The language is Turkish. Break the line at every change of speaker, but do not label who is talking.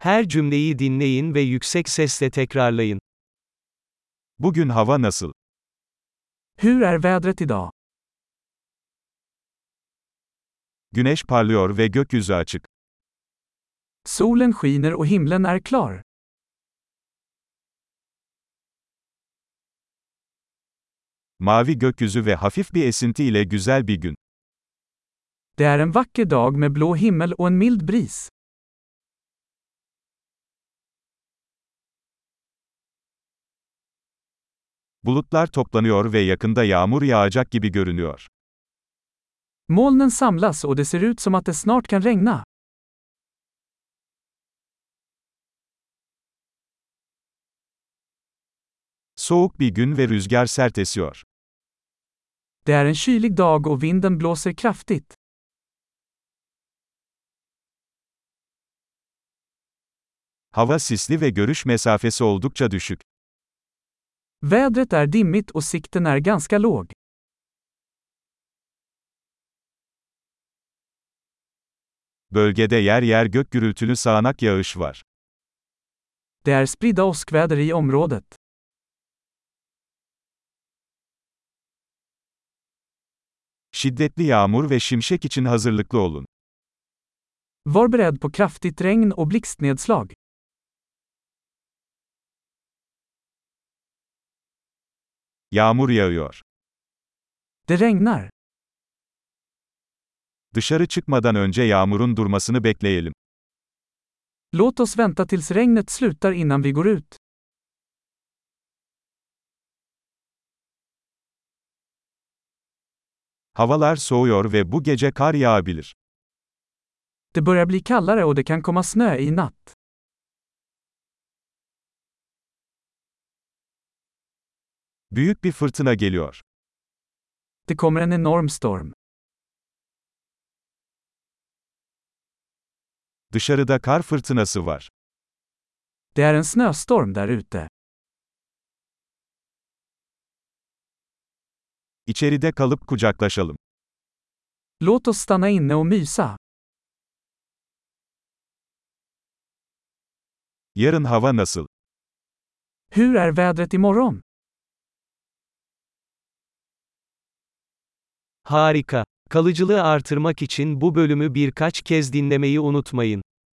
Her cümleyi dinleyin ve yüksek sesle tekrarlayın.
Bugün hava nasıl?
Hur är vädret idag?
Güneş parlıyor ve gökyüzü açık.
Solen skiner och himlen är klar.
Mavi gökyüzü ve hafif bir esinti ile güzel bir gün.
Det är en vacker dag med blå himmel och en mild bris.
Bulutlar toplanıyor ve yakında yağmur yağacak gibi görünüyor.
Molnen samlas och det ser ut som att det snart kan regna.
Soğuk bir gün ve rüzgar sert esiyor.
Det är en kylig dag och vinden blåser kraftigt.
Hava sisli ve görüş mesafesi oldukça düşük.
Vädret är dimmigt och sikten är ganska låg.
Bölgede yer yer gök gürültülü sağanak yağış var.
Det är spridda åskväder i området.
Şiddetli yağmur ve şimşek için hazırlıklı olun.
Var beredd på kraftigt regn och blixtnedslag.
Yağmur yağıyor.
Det regnar.
Dışarı çıkmadan önce yağmurun durmasını bekleyelim.
Låt oss vänta tills regnet slutar innan vi går ut.
Havalar soğuyor ve bu gece kar yağabilir.
Det börjar bli kallare och det kan komma snö i natt.
Büyük bir fırtına geliyor.
Det kommer en enorm storm.
Dışarıda kar fırtınası var.
Det är en snöstorm där ute.
İçeride kalıp kucaklaşalım.
Låt oss stanna inne och mysa.
Yarın hava nasıl?
Hur är vädret imorgon?
Harika. Kalıcılığı artırmak için bu bölümü birkaç kez dinlemeyi unutmayın.